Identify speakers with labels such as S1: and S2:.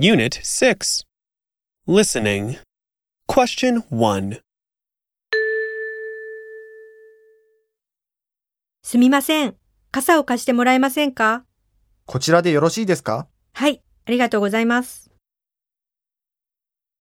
S1: Unit 6 Listening Question 1
S2: すみません。傘を貸してもらえませんか
S3: こちらでよろしいですか
S2: はい、ありがとうございます。